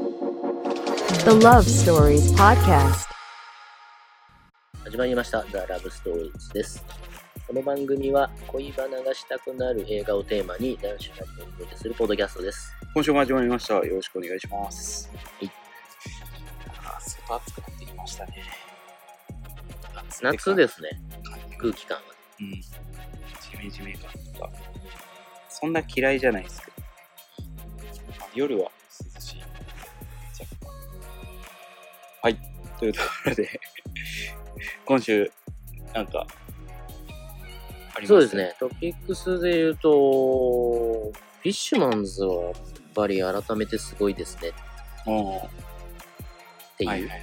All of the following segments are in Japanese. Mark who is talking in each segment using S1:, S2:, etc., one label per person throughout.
S1: The Love Stories Podcast.
S2: 始まりました「The Love Stories」ですこの番組は恋バナがしたくなる映画をテーマに男子100人をお届けするポッドキャストです
S3: 今週も始まりました。よろしくお願いします。
S2: はい
S3: あー。外暑くなってきましたね。。
S2: 夏ですすね
S3: うん。
S2: 空気感は
S3: じめじめ感が。そんな嫌いじゃないですけど。まあ夜は涼しい。若干はい。というところで、今週、なんか、ありました
S2: そうです。ねトピックスで言うとフィッシュマンズはやっぱり改めてすごいですねっ
S3: うん。は
S2: て
S3: い
S2: いう、
S3: はいはい。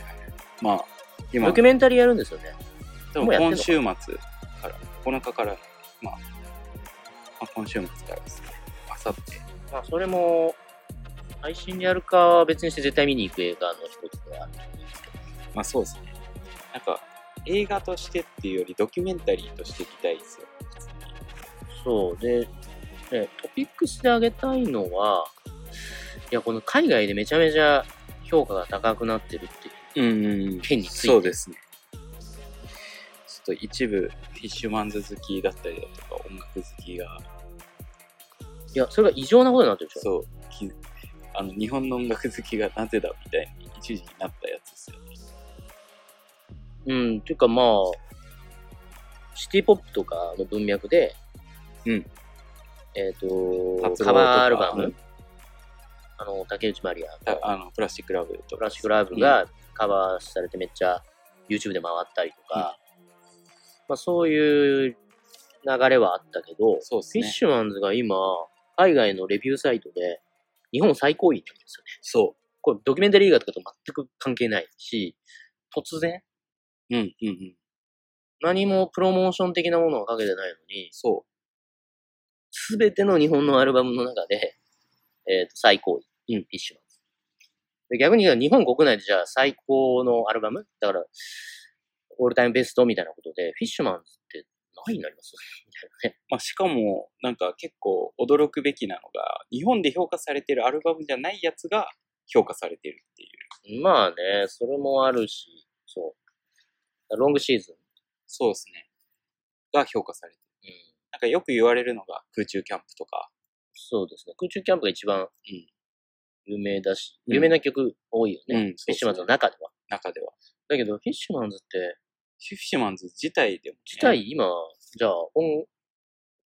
S3: まあ、今
S2: ドキュメンタリーやるんですよね
S3: で
S2: も
S3: も
S2: うやってん
S3: 今
S2: のか
S3: 週末から、この中から、まあ、まあ、今週末からですね、あさって、
S2: まあそれも配信でやるかは別にして絶対見に行く映画の一つではあると思うんですけど
S3: まあそうですね、なんか映画としてっていうよりドキュメンタリーとして見たいですよ。
S2: そうで、ね、トピックスであげたいのは、いや、この海外でめちゃめちゃ評価が高くなってるっていう。
S3: うんうん
S2: 件について
S3: そうですね。ちょっと一部、フィッシュマンズ好きだったりだとか、音楽好きが、
S2: いや、それが異常なことになってるでしょ。
S3: そう、きあの日本の音楽好きがなぜだみたいに一時になったやつですよね。
S2: うん、ていうかまあ、シティポップとかの文脈で、
S3: うん。
S2: えっ、
S3: 達郎と
S2: と、
S3: か
S2: カバーアルバム、
S3: うん
S2: あの、竹内まりやの
S3: たあのプラスチックラブとか。
S2: プラスチックラブがカバーされてめっちゃ YouTube で回ったりとか、まあそういう流れはあったけど、
S3: そうです
S2: フィッ
S3: ね。
S2: シュマンズが今、海外のレビューサイトで、日本最高位って言うんですよね。
S3: そ
S2: これ、ドキュメンタリー映画とかと全く関係ないし、突然、
S3: う。うんうんうん。
S2: 何もプロモーション的なものをかけてないのに、
S3: そう。
S2: すべての日本のアルバムの中で、えっ、と、最高位。フィッシュマンズ。で逆に言うと日本国内でじゃあ最高のアルバムだから、オールタイムベストみたいなことで、フィッシュマンズって何になりますみたいなね。
S3: まあ、しかも、なんか結構驚くべきなのが、日本で評価されてるアルバムじゃないやつが評価されてるっていう。
S2: まあね、それもあるし、そう。ロングシーズン。
S3: そうですね。が評価されてる。
S2: うん
S3: なんかよく言われるのが空中キャンプとか。
S2: そうですね。空中キャンプが一番
S3: ん
S2: 有名だし、
S3: うん
S2: 有名な曲多いよね。
S3: うん
S2: フ
S3: そうそう
S2: ィッシュマンズの中では。
S3: 中では。
S2: だけど、フィッシュマンズって、
S3: フィッシュマンズ自体でも、ね。
S2: 自体今、じゃあ、音、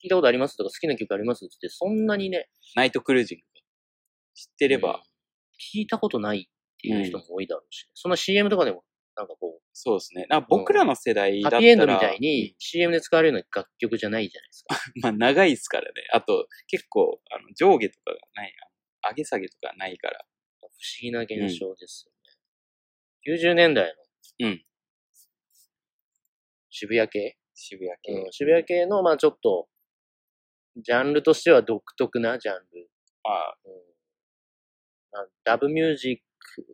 S2: 聞いたことありますとか好きな曲ありますって、そんなにね、
S3: ナイトクルージング。知ってれば、
S2: うん聞いたことないっていう人も多いだろうし、そんな CM とかでも、なんかこ
S3: そうですね。なんか僕らの世代
S2: う、
S3: だ
S2: ハ
S3: ったら、
S2: ッピーエンドみたいに CM で使われるような楽曲じゃないじゃないですか。
S3: まあ長いですからね。あと、結構、あの上下とかがない。あの上げ下げとかないから。
S2: 不思議な現象ですよね。90年代の、
S3: うん
S2: 渋谷系
S3: 渋谷系。
S2: うん、渋谷系の、まあちょっと、ジャンルとしては独特なジャンル。
S3: まあ、
S2: うんまあ、ダブミュージック、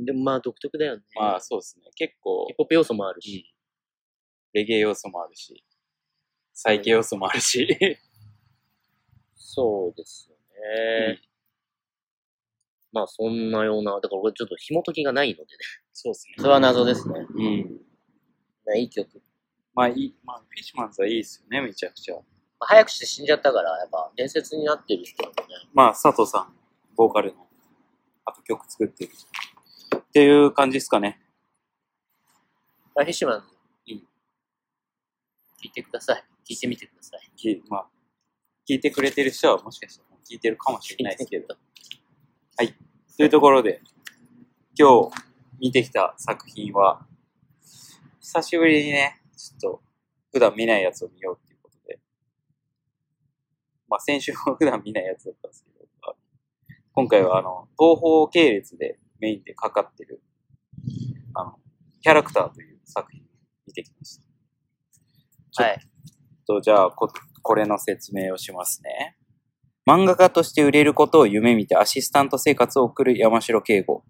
S2: うん、でもまあ独特だよね。
S3: まあそうですね。結構
S2: ヒップ、ホップ要素もあるし、
S3: レゲエ要素もあるし、再建要素もあるし、
S2: そうですよね。まあそんなような、だから俺ちょっと紐解きがないのでね。
S3: そうですね。
S2: それは謎ですね。
S3: うん。
S2: いい曲。
S3: まあいい、まあフィッシュマンズはいいですよね、めちゃくちゃ。
S2: まあ、早くして死んじゃったから、やっぱ伝説になってる人だよね。
S3: まあ佐藤さん、ボーカルの、あと曲作ってる。っていう感じですかね。
S2: まあフィッシュマンズ、
S3: うん
S2: 聞いてください。聞いてみてください。
S3: きまあ、聞いてくれてる人はもしかしたらもう聞いてるかもしれないですけど。というところで、今日見てきた作品は、久しぶりにね、ちょっと普段見ないやつを見ようっていうことで、まあ先週も普段見ないやつだったんですけど、あ今回はあの、東方系列でメインでかかってる、あの、キャラクターという作品を見てきました。
S2: はい。
S3: と、じゃあこ、これの説明をしますね。漫画家として売れることを夢見てアシスタント生活を送る山城慶吾。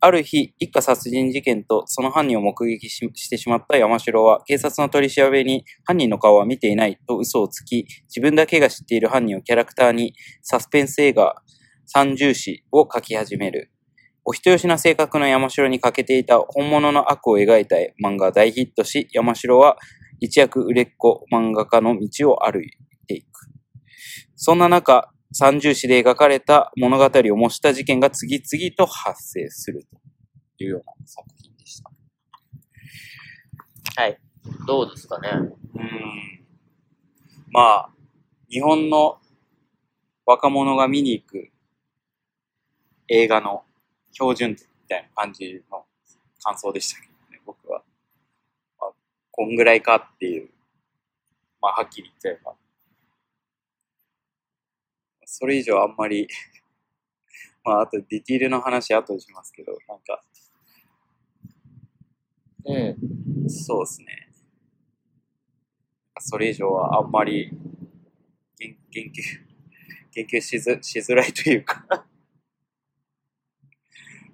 S3: ある日、一家殺人事件とその犯人を目撃ししてしまった山城は、警察の取り調べに犯人の顔は見ていないと嘘をつき、自分だけが知っている犯人をキャラクターに、サスペンス映画、三重詩を書き始める。お人よしな性格の山城に欠けていた本物の悪を描いた漫画は大ヒットし、山城は一躍売れっ子漫画家の道を歩いていく。そんな中、三重詩で描かれた物語を模した事件が次々と発生するというような作品でした。
S2: はい。どうですかね。
S3: うん。まあ、日本の若者が見に行く映画の標準点みたいな感じの感想でしたけどね、僕は。まあ、こんぐらいかっていう。まあ、はっきり言っちゃえば。それ以上あんまり、 まあ、あとディティールの話後でしますけど、なんか、
S2: うん。
S3: そうですね。それ以上はあんまり言言及、言及しずしづらいというか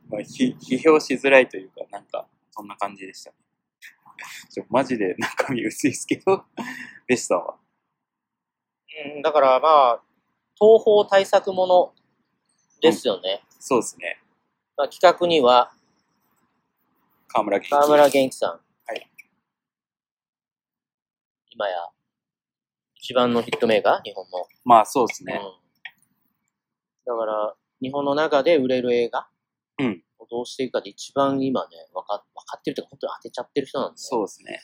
S3: まあひ、批評しづらいというか、なんか、そんな感じでした。 ちょマジで中身薄いですけど、でしたわ。
S2: うん、だからまあ、東方対策ものですよね。
S3: そうですね。
S2: まあ、企画には
S3: 河村元気。
S2: 河村元気さん。
S3: はい
S2: 今や、一番のヒットメーカー、日本の。
S3: まあ、そうです
S2: う
S3: ね。
S2: んだから、日本の中で売れる映画
S3: うん
S2: をどうしていくかで一番今ね、分か分かってるというか、本当に当てちゃってる人なんです。
S3: そううですね。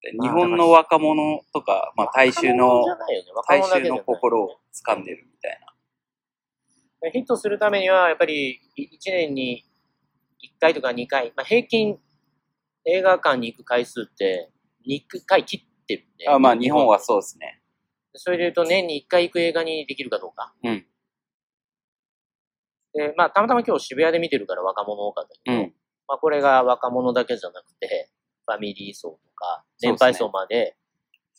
S3: で
S2: まあ
S3: 日本の若者とか、まあ、大衆の
S2: 若者じ、ゃないよね若
S3: 大
S2: 者だけ
S3: 衆
S2: じゃない
S3: の心を掴んでるみたいな。
S2: ヒットするためには、やっぱり1年に1回とか2回、まあ、平均映画館に行く回数って2回切ってるんで。
S3: あまあ、日本はそうですね。
S2: それで言うと、年に1回行く映画にできるかどうか。
S3: うん
S2: で、まあ、たまたま今日渋谷で見てるから若者多かったけ
S3: う
S2: ど、
S3: ん。
S2: まあ、これが若者だけじゃなくて、ファミリー層とか、
S3: そ
S2: 年
S3: うっすね
S2: 配層まで、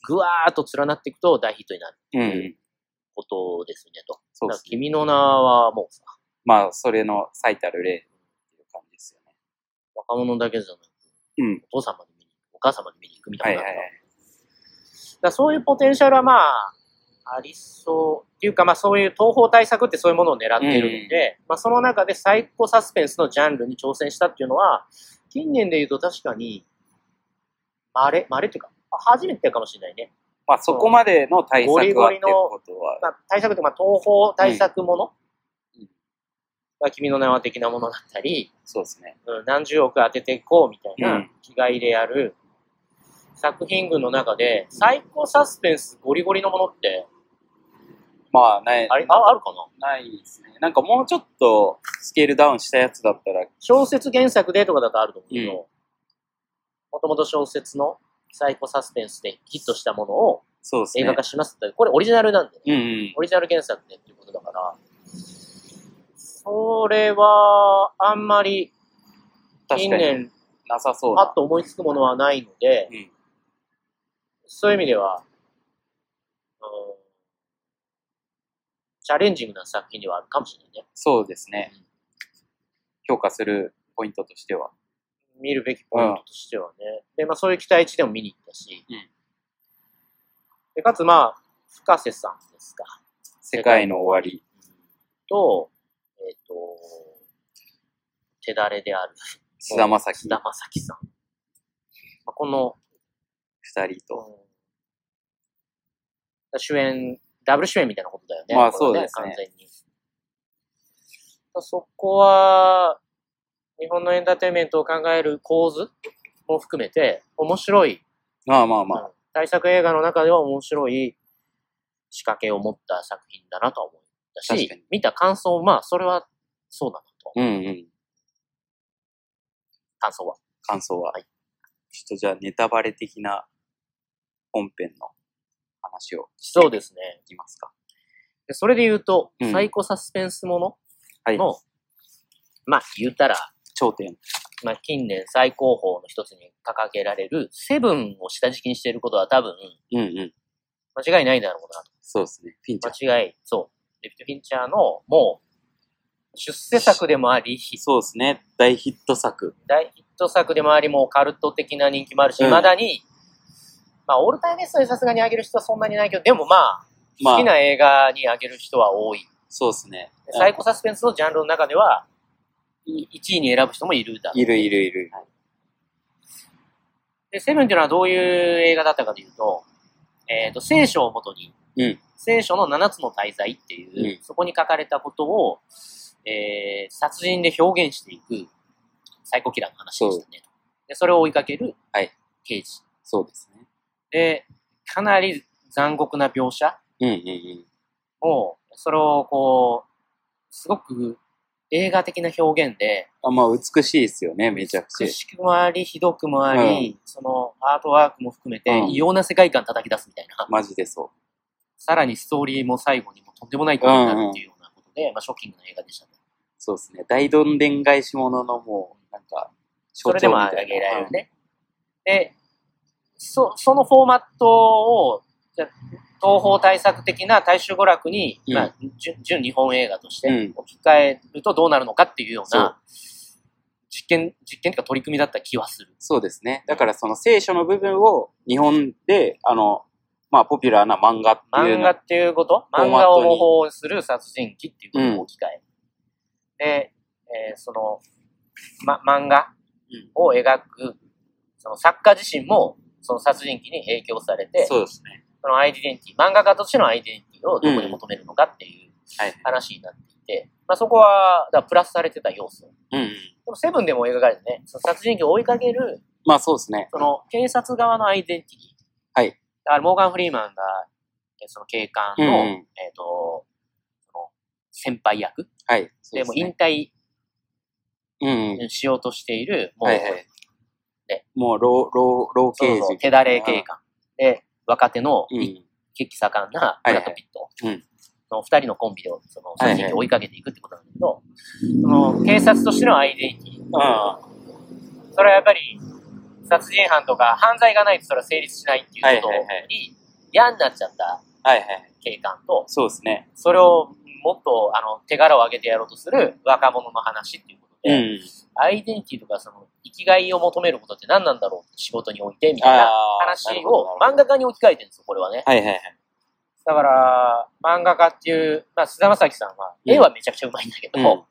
S2: ぐわーっと連なっていくと大ヒットになる
S3: うん。
S2: ことですね、と。
S3: そうで
S2: だから
S3: すね。
S2: 君の名はもうさ、
S3: まあ、それの最たる例っていう感じですよね。
S2: 若者だけじゃなくて、
S3: うん。
S2: お父さんまで見に行く、お母さんまで見に行くみた
S3: はいい
S2: な。
S3: はいはい。
S2: だからそういうポテンシャルはまあ、ありそう。っていうか、まあそういう東方対策ってそういうものを狙ってるんで、まあその中でサイコサスペンスのジャンルに挑戦したっていうのは、近年で言うと確かに、稀、稀っていうか、初めてかもしれないね。
S3: まあ、そこまでの対策は
S2: ゴ
S3: ってい
S2: リ
S3: う
S2: ゴリの
S3: ことは、
S2: まあ、対策って、まあ東方対策もの、
S3: うんうん
S2: まあ君の名は的なものだったり、
S3: そうですね。
S2: うん何十億当てていこうみたいうなん気概でやる作品群の中で、サイコサスペンスゴリゴリのものって、
S3: まあ、ない、
S2: あれああるかな
S3: ないですね。なんかもうちょっとスケールダウンしたやつだったら、
S2: 小説原作でとかだとあると思うけ
S3: うん
S2: ど、もともと小説のサイコサスペンスでヒットしたものを
S3: そうですね。
S2: 映画化しますって、これオリジナルなんで、ね、
S3: うんうん。
S2: オリジナル原作でっていうことだから、それはあんまり
S3: 確
S2: 近
S3: かに
S2: 年
S3: なさそう
S2: パッ
S3: な。
S2: と思いつくものはないので、
S3: うん。
S2: そういう意味では、うん、チャレンジングな作品ではあるかもしれないね。
S3: そうですね。評価するポイントとしては。
S2: 見るべきポイントとしてはね。で、まあそういう期待値でも見に行ったし。
S3: うん
S2: で、かつまあ、深瀬さんですか。
S3: 世界の終わり。
S2: と、えっ、と、手だれである
S3: 菅田将暉
S2: 菅田正樹さん。まあ、この、
S3: 二人と。
S2: うん主演、ダブル主演みたいなことだよね。
S3: まあ
S2: これは
S3: そうですね
S2: 完全に。そこは、日本のエンターテインメントを考える構図も含めて、面白い、
S3: まあまあまあ。
S2: うん大作映画の中では面白い仕掛けを持った作品だなとは思った
S3: 確かに
S2: し、見た感想、まあ、それはそうだなと、
S3: うんうん。
S2: 感想は。
S3: 感想は。
S2: はい
S3: ちょっとじゃあ、ネタバレ的な本編の話を
S2: そうですね。
S3: いきますか。
S2: でそれで言うと、
S3: うん
S2: サイコサスペンスも
S3: は
S2: の
S3: い。
S2: の、まあ、言ったら、
S3: 頂点。
S2: まあ、近年最高峰の一つに掲げられる、セブンを下敷きにしていることは多分、
S3: うんうん。
S2: 間違いないだろうな
S3: そうですね。フィンチャー。
S2: と。間違い、そう。デビッド・フィンチャーの、もう、出世作でもあり、
S3: そうですね。大ヒット作。
S2: 大ヒット作でもあり、もうカルト的な人気もあるし、
S3: うん
S2: 未だに、まあ、オールタイムベストでさすがに上げる人はそんなにないけど、でもまあ、
S3: まあ
S2: 好きな映画に上げる人は多い。
S3: そうですね。
S2: サイコサスペンスのジャンルの中では、い1位に選ぶ人もいるだろう
S3: いるいるいる。
S2: で、セブンっていうのはどういう映画だったかというと、えっ、と、聖書をもとに、
S3: うん
S2: 聖書の7つの大罪っていう、
S3: う
S2: そこに書かれたことを、えー殺人で表現していく、サイコキラーの話でしたね。で、それを追いかける、
S3: はい
S2: 刑事。
S3: そうですね。
S2: で、かなり残酷な描写
S3: うんうん
S2: を、それをこう、すごく映画的な表現で、
S3: うん。あまあ、美しいですよね、めちゃくちゃ
S2: 美。しくもあり、ひどくもあり、そのアートワークも含めて、
S3: うん
S2: 異様な世界観叩き出すみたいな。
S3: マジでそ
S2: さらにストーリーも最後にもとんでもないことになるっていうようなことで、まあ、ショッキングな映画でしたね。
S3: う。そうですね。大どんでん返し物のもう、なんか、
S2: それでも
S3: 象
S2: あ
S3: 徴みたいな
S2: げられる。ね。で、そそのフォーマットを、じゃ東方対策的な大衆娯楽に、
S3: うん
S2: まあ、純純日本映画として
S3: うん
S2: 置き換えるとどうなるのかっていうよう
S3: そ
S2: な
S3: う、
S2: 実験、実験というか取り組みだった気はする。
S3: そうですね。だからその聖書の部分を日本で、あの、まあ、ポピュラーな漫画っていう
S2: 漫
S3: の
S2: 画っていうこと
S3: フォー
S2: 漫
S3: マッ
S2: 画
S3: ト
S2: を
S3: に
S2: 模倣する殺人鬼っていうことを置き換え。で、えーその、ま、漫画を描く、その作家自身も、その殺人鬼に影響されて、そ
S3: そうですね。
S2: のアイディティティ、漫画家としてのアイディティティをどこに求めるのかっていう
S3: はい。
S2: 話になっていて、まあ、そこは、だからプラスされてた要素。
S3: うんうん。
S2: でも、セブンでも描かれてね、その殺人鬼を追いかける、
S3: まあ、そうですね。
S2: その警察側のアイデンティティ。
S3: はい。
S2: だから、モーガン・フリーマンが、えその警官の、
S3: うんうん
S2: えっ、と、その先輩役
S3: はい。そう
S2: で,、
S3: で
S2: も
S3: す
S2: う引
S3: ね。
S2: 退
S3: うんうん。
S2: しようとしている、もう、
S3: はいはい
S2: ね。
S3: もう、老、老、老
S2: そう
S3: 刑
S2: そう、
S3: 事。
S2: 手だれ警官。で、若手の
S3: う
S2: 一
S3: ん。
S2: 気盛んなブラッド・ピット
S3: はいはいうん
S2: の二人のコンビで、その、
S3: はいはい
S2: 殺人鬼を追いかけていくってことなんだけど、その、警察としてのアイデンティティ。
S3: は
S2: それはやっぱり、殺人犯とか犯罪がないとそれは成立しないっていうこと
S3: はいはいは
S2: に、嫌になっちゃった
S3: いはい。
S2: 警官と、
S3: そうですね。
S2: それをもっとあの手柄を上げてやろうとする若者の話っていうこと
S3: う
S2: で、
S3: ん。
S2: アイデンティティとかその生きがいを求めることって何なんだろうって仕事においてみたいな
S3: ああ。
S2: 話
S3: なるほど
S2: を漫画家に置き換えてるんですよ、これはね。
S3: はいはいはい。
S2: だから、漫画家っていう、まあ、菅田将暉さんは、
S3: うん
S2: 絵はめちゃくちゃうまいんだけど、
S3: うん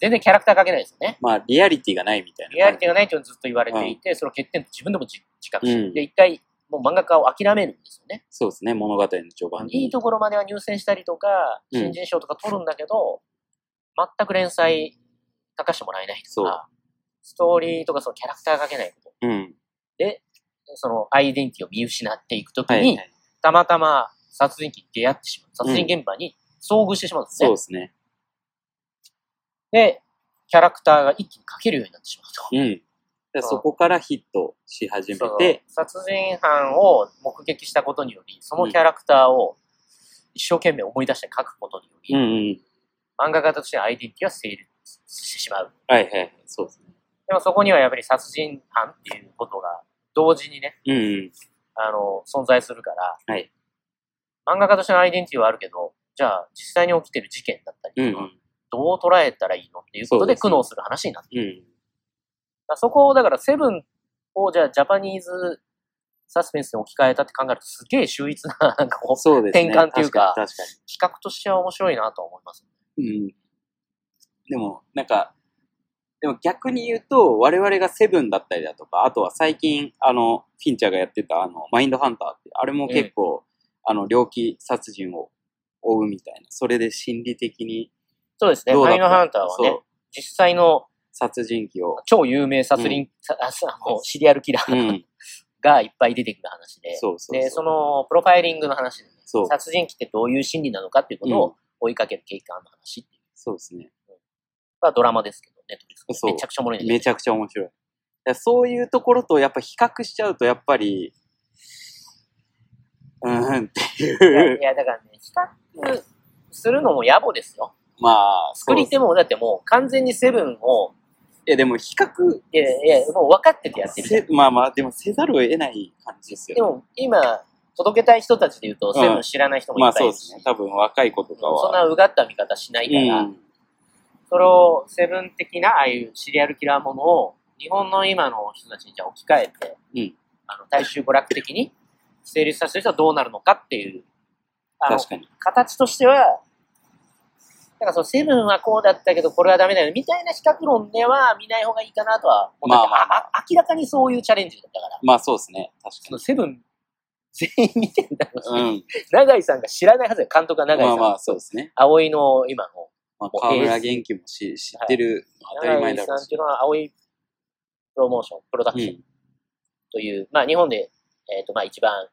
S2: 全然キャラクター描けないですよね。
S3: まあ、リアリティがないみたいな。
S2: リアリティがないっていうのをずっと言われていて、その欠点と自分でも自自覚して、
S3: うん
S2: で、一回、もう漫画家を諦めるんですよね。
S3: そうですね、物語の序盤に。
S2: いいところまでは入選したりとか、
S3: うん
S2: 新人賞とか取るんだけど、全く連載書かしてもらえないとか、ストーリーとかそのキャラクターが描けないこ
S3: うん。
S2: と、そのアイデンティティを見失っていくときに、
S3: はいはい。
S2: たまたま殺人鬼に出会ってしまう。
S3: うん
S2: 殺人現場に遭遇してしまうんです
S3: そう
S2: ね。
S3: ですね。
S2: で、キャラクターが一気に描けるようになってしまうと。
S3: うん。でそこからヒットし始め
S2: その
S3: て、
S2: 殺人犯を目撃したことにより、そのキャラクターを一生懸命思い出して描くことにより、
S3: うんうん。
S2: 漫画家としてのアイデンティティは成立してしまう。
S3: はいはいはい。そうですね。
S2: でもそこにはやっぱり殺人犯っていうことが同時にね、
S3: うんうん。
S2: あの、存在するから、
S3: はい
S2: 漫画家としてのアイデンティティはあるけど、じゃあ実際に起きてる事件だった
S3: うん
S2: りとか、どう捉えたらいいのっていうことで苦
S3: そうですね
S2: 悩する話になってる。
S3: うん。うん。
S2: だからそこをだからセブンをじゃあジャパニーズサスペンスに置き換えたって考えるとすげえ秀逸な、なんかこう、
S3: そうですね。
S2: 転換っていうか
S3: 確かに確
S2: 企画としては面白いなとは思います。
S3: かに。うん。でも、なんか、でも逆に言うと、我々がセブンだったりだとか、あとは最近、あの、フィンチャーがやってた、あの、マインドハンターって、あれも結構、あの、猟奇殺人を追うみたいな、それで心理的に
S2: そうですね。
S3: どうだ
S2: マ
S3: った
S2: インドハンターは
S3: そう
S2: ね、実際の
S3: 殺人鬼を。
S2: 超有名殺人、さ あさあのシリアルキラー
S3: うん。
S2: がいっぱい出てくる話で、
S3: そうそうそう。
S2: で、その、プロファイリングの話で、ね、
S3: そう
S2: 殺人鬼ってどういう心理なのかっていうこと
S3: うん
S2: を追いかける警官の話っていう
S3: そうですね。
S2: まあドラマですけど、ネットフリックス
S3: そう
S2: めちゃくちゃおもろいんだ
S3: め
S2: け
S3: ちゃくちゃ面白い。いやそういうところとやっぱ比較しちゃうと、やっぱり、うーんって
S2: どいや
S3: い。
S2: いうや、だからね、比較するのも野暮ですよ。
S3: まあ、
S2: 作り
S3: そう
S2: 手も、だってもう完全にセブンを、
S3: いや、でも比較
S2: いやいや、もう分かっててやってるじゃん
S3: せ、まあまあ、でもせざるを得ない感じです
S2: で
S3: よね。
S2: も、今、届けたい人たちで言うと、
S3: うん
S2: セブン知らない人も
S3: ま
S2: い
S3: あ
S2: っぱ
S3: そ
S2: いうい
S3: で
S2: るし、
S3: すね。多分若い子とかは。
S2: そんなうがった見方しないから、
S3: うん。
S2: それをセブン的なああいうシリアルキラーものを日本の今の人たちにじゃあ置き換えて、
S3: うん
S2: あの大衆娯楽的に成立させるとどうなるのかっていうあの
S3: 確かに。
S2: 形としてはなんかそのセブンはこうだったけど、これはダメだよねみたいな比較論では見ない方がいいかなとは思ったけど、
S3: まあまあま
S2: ああ明らかにそういうチャレンジだったから、
S3: まあそうですね。確
S2: その
S3: か
S2: セブン全員見てんだろうし、
S3: に。
S2: 永井さんが知らないはずだよ、監督が
S3: うん。
S2: 永井
S3: ま
S2: さ
S3: あ
S2: ん。
S3: まあそうですね。
S2: 葵の今の、
S3: まあ、
S2: もう
S3: 河村元気もし知ってる、当たり
S2: 永
S3: 前
S2: 井
S3: だ
S2: さ
S3: ろ
S2: ん
S3: う
S2: ってい
S3: し。
S2: うのは葵プロモーション、プロダクション
S3: うん
S2: という、まあ日本で、えっ、とまあ一番、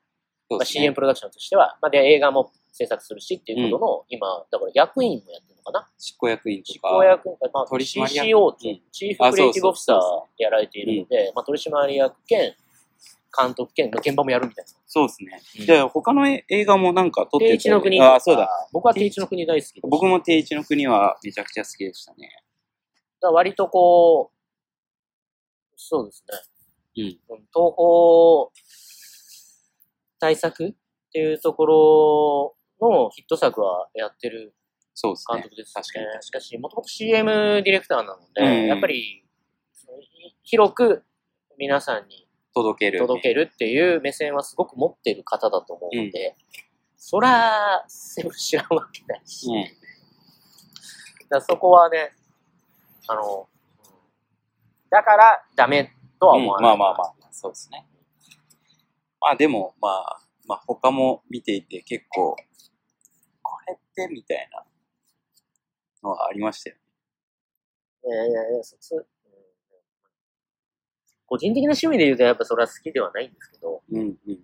S2: ま
S3: そう
S2: あ、
S3: です
S2: CM
S3: ね。
S2: プロダクションとしては、まあで映画も制作するしっていうことの、今、だから役員もやってるのかな
S3: 執行役員と
S2: 執
S3: か。
S2: 行役、まあ、
S3: 取締役
S2: CCO って、
S3: うん
S2: チーフクリエイティブオフィサーやられているので、まあ、取締役兼、監督兼、現場もやるみたいな。
S3: そうですね。
S2: うん
S3: じゃあ他の映画もなんか撮って
S2: 定
S3: て
S2: 一の国。
S3: ああ、そうだ。。
S2: 僕は定一の国大好きです。
S3: 僕も定一の国はめちゃくちゃ好きでしたね。
S2: だから割とこう、そうですね。うん。東方対策っていうところのヒット作はやってる
S3: そうです
S2: 監
S3: ね。
S2: 督です
S3: 確か
S2: ね
S3: に。
S2: しかし、もともと CM ディレクターなので、
S3: うん
S2: やっぱり、そのい広く皆さんに
S3: 届ける、
S2: 届けるっていう目線はすごく持ってる方だと思うので、そら、セブン知らんわけないし、だ
S3: ね。
S2: からそこはね、あの、うんだからダメとは
S3: うん、
S2: 思
S3: ま
S2: わな
S3: あま
S2: い、
S3: あまあ、そうですね。まあでも、まあ、まあ他も見ていて結構、これってみたいなのはありましたよ。
S2: いやいやいや、そそうん個人的な趣味で言うとやっぱそれは好きではないんですけど、
S3: うんうんうん。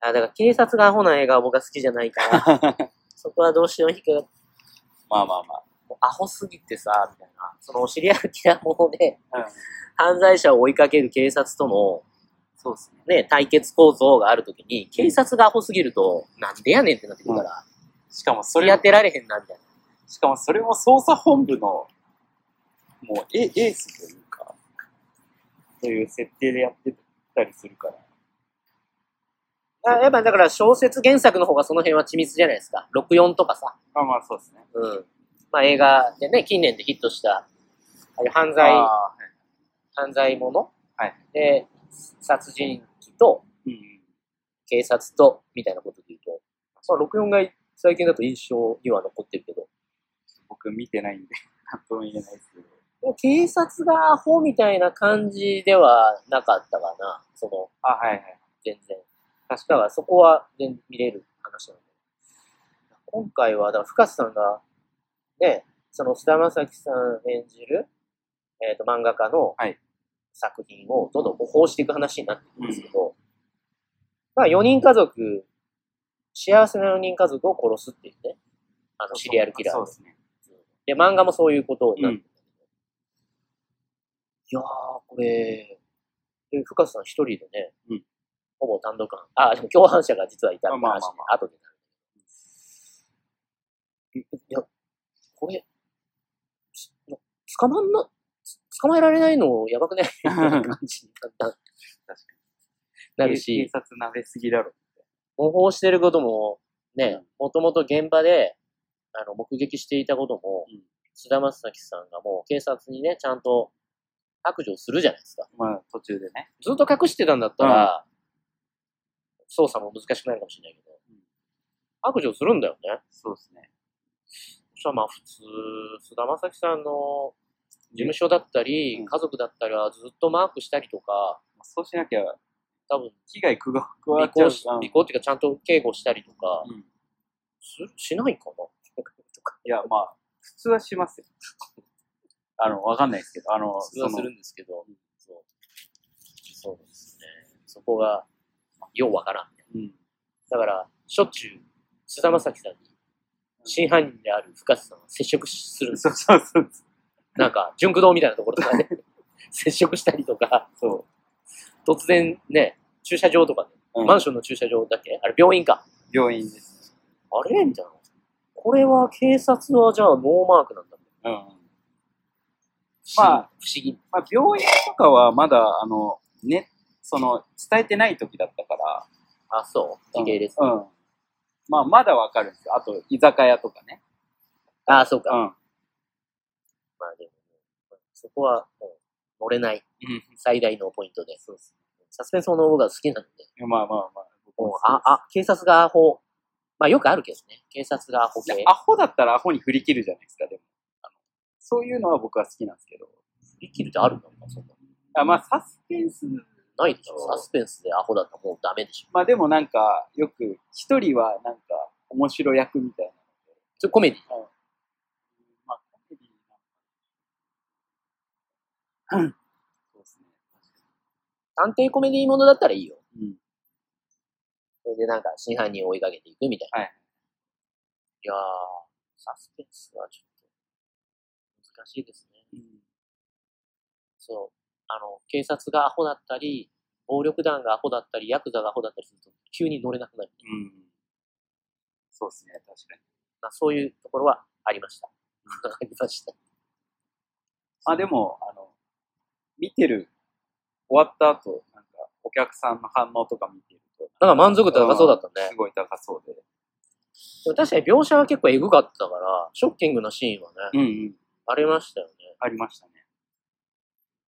S2: あだから警察がアホな映画は僕は好きじゃない から、そこはどうしようも引っかかっ
S3: まあまあま
S2: もうアホすぎてさ、みたいな。そのお知り合い的なもので、
S3: あ。
S2: 犯罪者を追いかける警察との、
S3: そうですね。
S2: ね、対決構造があるときに、警察がアホすぎると、なんでやねんってなってくるから、
S3: しかもそ
S2: それ
S3: れ
S2: やってられへんな、みたいな。
S3: しかもそれも捜査本部の、もうエエースというか、という設定でやってたりするから。
S2: あやっぱだから小説原作の方がその辺は緻密じゃないですか。64とかさ。
S3: まあまあそうですね。
S2: うん。まあ映画でね、近年でヒットした、ああいう犯罪、
S3: あ
S2: 犯罪もの、
S3: はい
S2: で、殺人鬼と
S3: ーうん。
S2: 警察と、みたいなことで言うと、まあ64が最近だと印象には残ってるけど、
S3: 僕見てないんで、なんとも言えないですけど。
S2: でも警察がアホみたいな感じではなかったかな。その、
S3: あ、はいはい。
S2: 全然。確かはそこは全然見れる話なので。今回は、だから深瀬さんが、ね、その菅田将暉さん演じる、えっ、と、漫画家の
S3: はい
S2: 作品をどんどん模倣していく話になっていくんですけど、まあ、4人家族、幸せな4人家族を殺すっていうね、あの、シリアルキラー
S3: そう
S2: の
S3: ですね。
S2: で、漫画もそういうことになってる、
S3: うん
S2: いやー、これ、で深瀬さん一人でね、
S3: うん
S2: ほぼ単独犯。あ、でも共犯者が実はいたみたいな話、
S3: まあまあま
S2: 後でなる。いや、これ、つ捕まんな、つ捕まえられないのやばくない みたいな感じになななるし
S3: 警。察なべすぎだろ。
S2: 模倣してることも、ね、もともと現場で、あの、目撃していたことも
S3: うん、
S2: 菅、田将暉さんがもう警察にね、ちゃんと白状するじゃないですか。
S3: まあ途中でね。
S2: ずっと隠してたんだったら、捜査も難しくなるかもしれないけど、
S3: うん
S2: 白状するんだよね。
S3: そうですね。
S2: そしたらまあ普通、菅田将暉さんの事務所だったり、
S3: うん
S2: 家族だったらずっとマークしたりとか、
S3: そうしなきゃ、
S2: 多分、
S3: 被害加わ加わ
S2: 尾
S3: っちゃ
S2: 行
S3: う
S2: し
S3: しな。
S2: 尾行っていうかちゃんと警護したりとか、
S3: うん。い
S2: するしないかなとか。
S3: や、まあ、普通はしますよ。あの、わかんないですけど、あの、
S2: 通話
S3: そ
S2: す
S3: の
S2: るんですけど、そうそうですね。そこが、まあようわからん。
S3: うん。
S2: だから、しょっちゅう、菅田将暉さんに、真犯人である深瀬さんは接触するんです
S3: そうそうそう。
S2: なんか、純駆動みたいなところとかで、 接触したりとか、
S3: そ
S2: 突然ね、駐車場とかで、
S3: う。うん
S2: マンションの駐車場だっけあれ、病院か。
S3: 病院です。
S2: あれみたいな。これは警察はじゃあノーマークなんだ。
S3: うん。
S2: ま
S3: ま
S2: あ
S3: あ、
S2: 不思議。
S3: まあ、病院とかはまだ、あの、ね、その、伝えてない時だったから、
S2: あ、そう。時系列。
S3: うん。うんまあ、まだわかるんですよ。あと、居酒屋とかね。
S2: あ、そうか。
S3: うん。
S2: まあでも、そこはもう乗れない最大のポイントで。サスペンスものが好きなので、
S3: うん。まあまあまあ。僕
S2: もう
S3: も、
S2: あ、あ、警察がアホまあよくあるけどね。警察がアホ
S3: いや
S2: 系。
S3: アホだったらアホに振り切るじゃないですか、でも。あのそういうのは僕は好きなんですけど。
S2: 振り切るってあるのかそんな
S3: あまあ、サスペンス、
S2: ないでしょ。サスペンスでアホだったらもうダメでしょ。
S3: まあでもなんか、よく、一人はなんか、面白役みたいな。
S2: それコメディ。
S3: まあ、コメディなんか。そうですね。
S2: 探偵コメディものだったらいいよ。
S3: うん。
S2: それでなんか真犯人を追いかけていくみたいな。
S3: はい。
S2: いやー、サスペンスはちょっと難しいですね。そう。あの、警察がアホだったり、暴力団がアホだったり、ヤクザがアホだったりすると、急に乗れなくなる。
S3: うん。そうですね、確かに。
S2: まあ、そういうところはありました。 ありました。
S3: まあでも、あの、見てる、終わった後、なんか、お客さんの反応とか見てると。
S2: なんか満足度高そうだったね
S3: んすごい高そうで。
S2: でも確かに描写は結構エグかったから、ショッキングなシーンはね、
S3: うんうん。
S2: ありましたよね。
S3: ありましたね。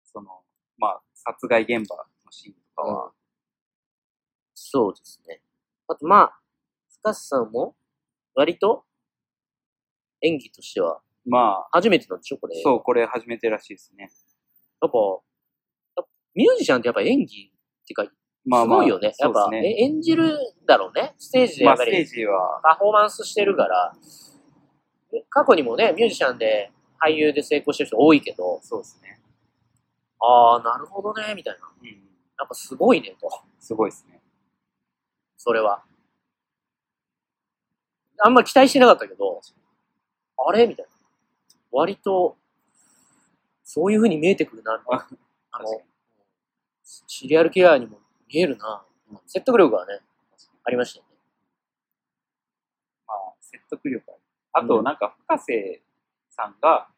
S3: その、まあ、殺害現場のシーンとかは、
S2: そうですね。あとまあ、深瀬さんも、割と、演技としては、
S3: まあ、
S2: 初めてなんでしょこれ。
S3: そう、これ始めてらしいですね。
S2: やっぱ、やっぱミュージシャンってやっぱ演技っていうか、
S3: まあ
S2: す
S3: まあ、
S2: ごいよね。やっ
S3: そ
S2: ぱ、
S3: うですね。
S2: え演じるだろうね。ステージで
S3: ま
S2: や
S3: あ、
S2: っぱ
S3: ステー
S2: り
S3: ジは、
S2: パフォーマンスしてるから、で過去にもね、ミュージシャンで俳優で成功してる人多いけど、
S3: そうですね。
S2: ああ、なるほどね、みたいな。
S3: うん。
S2: やっぱすごいね、と。
S3: すごいですね。
S2: それは。あんま期待してなかったけど、あれみたいな。割と、そういう風に見えてくるな、みたいな。あ
S3: 確か
S2: の
S3: に、。
S2: シリアルキラーにも見えるな。説得力はね、ありましたよね。
S3: まあ、説得力ある。あと、
S2: うん
S3: なんか、深瀬さんが、なんか、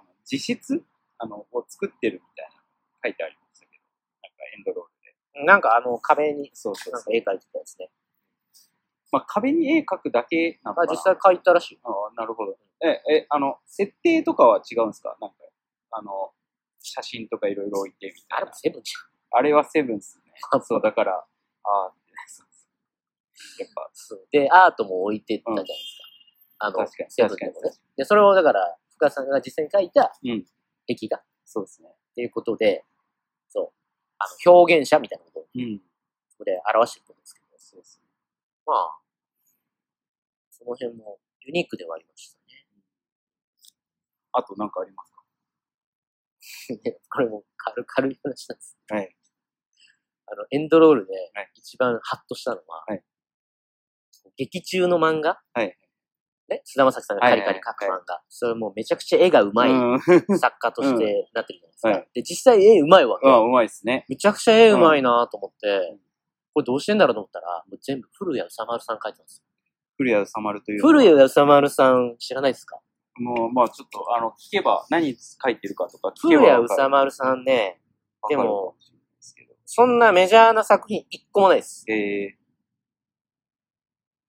S3: あの実質あの、を作ってるみたいな、書いてありましたけど、なんか、エンドロールで。
S2: なんかあの壁に
S3: そうそう
S2: なん
S3: そ
S2: か
S3: う。
S2: 絵描いてたやつね。
S3: まあ、壁に絵描くだけなの
S2: あ
S3: かな
S2: 実際描いたらしいよ。
S3: ああ、なるほど。え、え、あの、設定とかは違うんですかなんか、あの、写真とかいろいろ置いてみた
S2: あ
S3: い
S2: れ
S3: な
S2: も。セブンじ
S3: あれはセブンっす ね。
S2: ゃん。
S3: そう、だから、ああ、そうそうやっぱ、
S2: そうで、アートも置いてったじゃないですか。あの
S3: 確かに、
S2: セブンでも
S3: 確かに確
S2: ね
S3: か。
S2: で、それをだから、深さんが実際に描いた
S3: うん
S2: 壁画っ
S3: そうですね。
S2: ていうことで、そう、あの表現者みたいなことをこ
S3: うん。
S2: こで表してると思うんですけど、
S3: そうですね。
S2: まあ、その辺もユニークではありました
S3: あとなんかあります
S2: ね。 これも軽軽い話なんです
S3: かはい。
S2: あの、エンドロールで
S3: はい
S2: 一番ハッとしたのは、
S3: はい
S2: 劇中の漫画、
S3: はい
S2: ね、菅田将暉さんがカリカリ描く漫画、それもうめちゃくちゃ絵がうまい
S3: うん。
S2: 作家としてなってるじゃないですか。
S3: はい
S2: で、実際絵うまいわけ。
S3: うん、うまいですね。
S2: めちゃくちゃ絵うまいなと思って、
S3: ん
S2: これどうしてんだろうと思ったら、もう全部古谷宇佐丸さん描いてます。
S3: 古谷治まるという。
S2: 古谷宇佐丸さん知らないですか
S3: もう、まあちょっと、あの、聞けば、何書いてるかとか聞け
S2: 古
S3: ば
S2: 谷
S3: わ
S2: 宇
S3: かる。
S2: 佐丸さんね、でも
S3: わかるかしれないですけど。
S2: そんなメジャーな作品一個もないです。
S3: えー、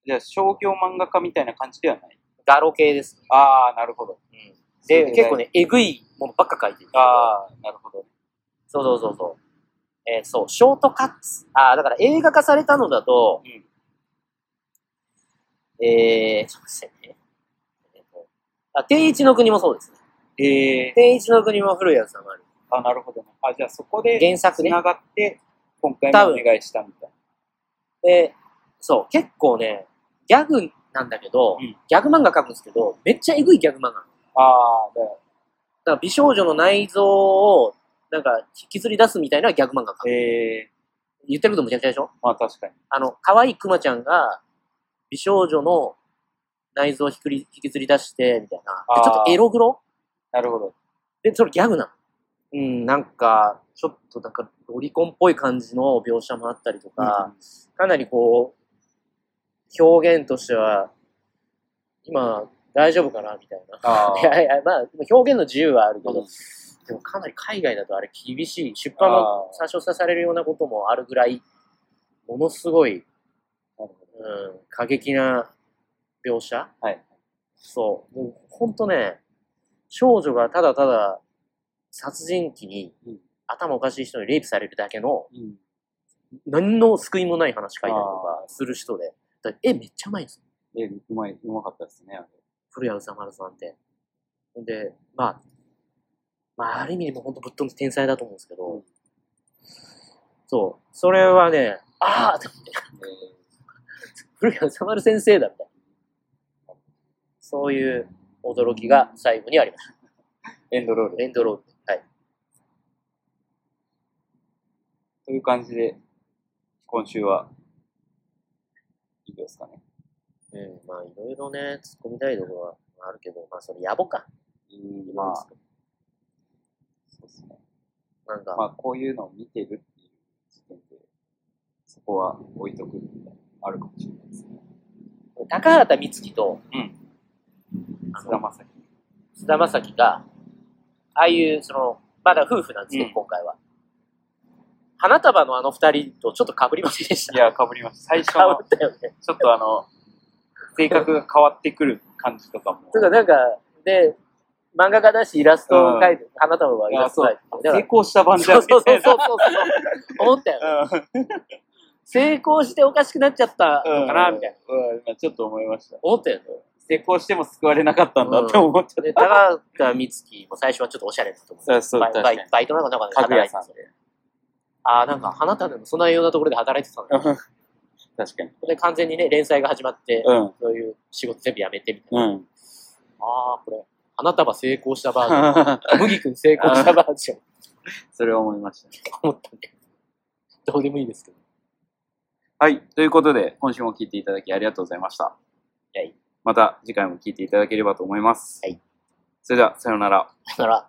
S3: じゃあ、商業漫画家みたいな感じではない。
S2: ガロ系です、ね
S3: ああ、なるほど。
S2: うんで、結構
S3: ね。
S2: ね、えぐいものばっか描いてる。
S3: ああ、なるほど。
S2: そうそうそうそう。えーそう、ショートカッツ。ああ、だから映画化されたのだと、
S3: うん
S2: えー、ちょっと待ってね。えーとあ、天一の国もそうですね。
S3: ええ
S2: 天一の国も古谷さんもある。
S3: あ、なるほどね。あ、じゃあそこで、
S2: 原作ね
S3: 繋。がって、今回もお願いしたみたい
S2: で、そう、結構ね、ギャグなんだけど、
S3: うん
S2: ギャグ漫画描くんですけど、めっちゃえぐいギャグ漫画なの。だ
S3: な。ああ、だよ
S2: から美少女の内臓を、なんか、引きずり出すみたいなギャグ漫画描く。
S3: ええ
S2: 言ってることむちゃくちゃでしょ
S3: まあ確かに。
S2: あの、可愛いクマちゃんが、美少女の内臓をひくり引きずり出して、みたいな。で
S3: あー
S2: ちょっとエログロ
S3: なるほど。
S2: で、それギャグなの。うん、なんか、ちょっとなんか、ロリコンっぽい感じの描写もあったりとか、かなりこう、表現としては、今、大丈夫かなみたいな。
S3: あ
S2: い
S3: ー
S2: やいや、まあ、表現の自由はあるけ
S3: う
S2: ど
S3: ん、
S2: でもかなり海外だとあれ厳しい、出版も差し押されるようなこともあるぐらい、ものすごい
S3: なるほ
S2: うん、過激な描写
S3: ど。はい。
S2: そう。もうほんとね、少女がただただ殺人鬼に、
S3: うん
S2: 頭おかしい人にレイプされるだけの、
S3: うん。
S2: 何の救いもない話書いたりと
S3: あ
S2: かする人で、だから絵めっちゃうまいんですよ。
S3: え、うまい、うまかったですね、あれ。
S2: 古谷宇佐丸さんって。で、まあ、まあ、ある意味でも本当ぶっ飛んで天才だと思うんですけど、
S3: うん
S2: そう、それはね、ああって思って、古谷宇佐丸先生だみたいな。そういう驚きが最後にありました。
S3: エンドロール。
S2: エンドロール。はい。
S3: という感じで、今週は、いいですかね。
S2: うん、まあ、いろいろね、突っ込みたいところはあるけど、まあ、それ野暮か。
S3: うん、まあ、そうですね。
S2: なんか、
S3: まあ、こういうのを見てるっていう時点で、そこは置いとくみたいなのあるかもしれないですね。
S2: 高畑充希と
S3: うん。
S2: あ
S3: 菅田
S2: の
S3: 将暉。
S2: 菅田将暉が、ああいう、その、まだ夫婦なんですけど、
S3: うん
S2: 今回は。花束のあの二人とちょっと被りませんでし
S3: い
S2: た。
S3: や、かぶりました。最初
S2: 被
S3: の、
S2: ったよね。
S3: ちょっとあの、性格が変わってくる感じとかも。
S2: とか、なんか、で、漫画家だし、イラストを描いて、花束はイラスト描いて。だか
S3: 成
S2: ら
S3: 功した版じゃ
S2: そ
S3: ん
S2: うそう
S3: みた
S2: そうそ
S3: いな。
S2: うそう。思ったよね。成功しておかしくなっちゃった
S3: うん
S2: のかな、みたいな。。
S3: うん、まあちょっと思いました。
S2: 思ったよね。
S3: 成功しても救われなかったんだって思っちゃ
S2: で、
S3: った。
S2: 高畑充希も最初はちょっとおしゃれだと思う。
S3: そうそう
S2: バイ
S3: 確
S2: バ
S3: か
S2: イ
S3: に
S2: バイトなんかなんかで
S3: 家具
S2: 働
S3: 屋
S2: いてた
S3: さん
S2: んで。ああ、なんか、花束でもそんなようなところで働いてたんだ。
S3: で。確かに。
S2: で、完全にね、連載が始まって、
S3: うん。
S2: そういう仕事全部やめてみたいな。
S3: うん。
S2: ああ、これ、花束成功したバージ ョン。麦君成功したバージョン。
S3: それは思いました。
S2: 思ったんで。どうでもいいですけど。
S3: はい。ということで、今週も聞いていただきありがとうございました。
S2: はい
S3: また次回も聞いていただければと思います。
S2: はい。
S3: それでは、さようなら。
S2: だから、